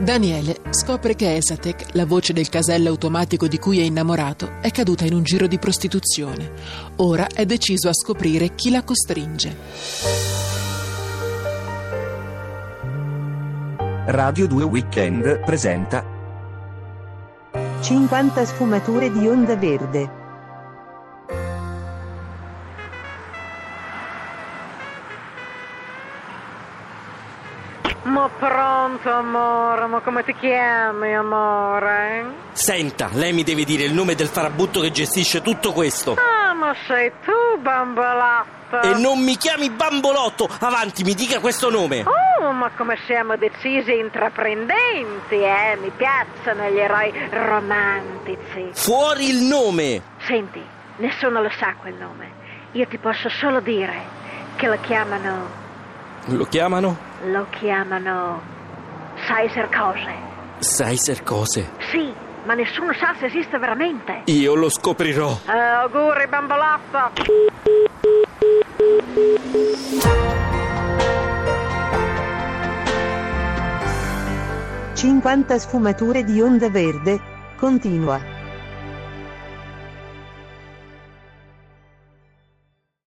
Daniele scopre che Esatec, la voce del casello automatico di cui è innamorato, è caduta in un giro di prostituzione. Ora è deciso a scoprire chi la costringe. Radio 2 Weekend presenta 50 sfumature di onda verde. Ma pronto, amore, ma come ti chiami, amore? Senta, lei mi deve dire il nome del farabutto che gestisce tutto questo. Ah, ma sei tu, bambolotto! E non mi chiami Bambolotto! Avanti, mi dica questo nome! Oh, ma come siamo decisi e intraprendenti, eh? Mi piacciono gli eroi romantici. Fuori il nome! Senti, nessuno lo sa quel nome. Io ti posso solo dire che lo chiamano... Lo chiamano? lo chiamano... Sizer cose. Sizer cose. Sì, ma nessuno sa se esiste veramente. Io lo scoprirò. Eh, auguri, bambolotto! Cinquanta sfumature di onda verde. Continua.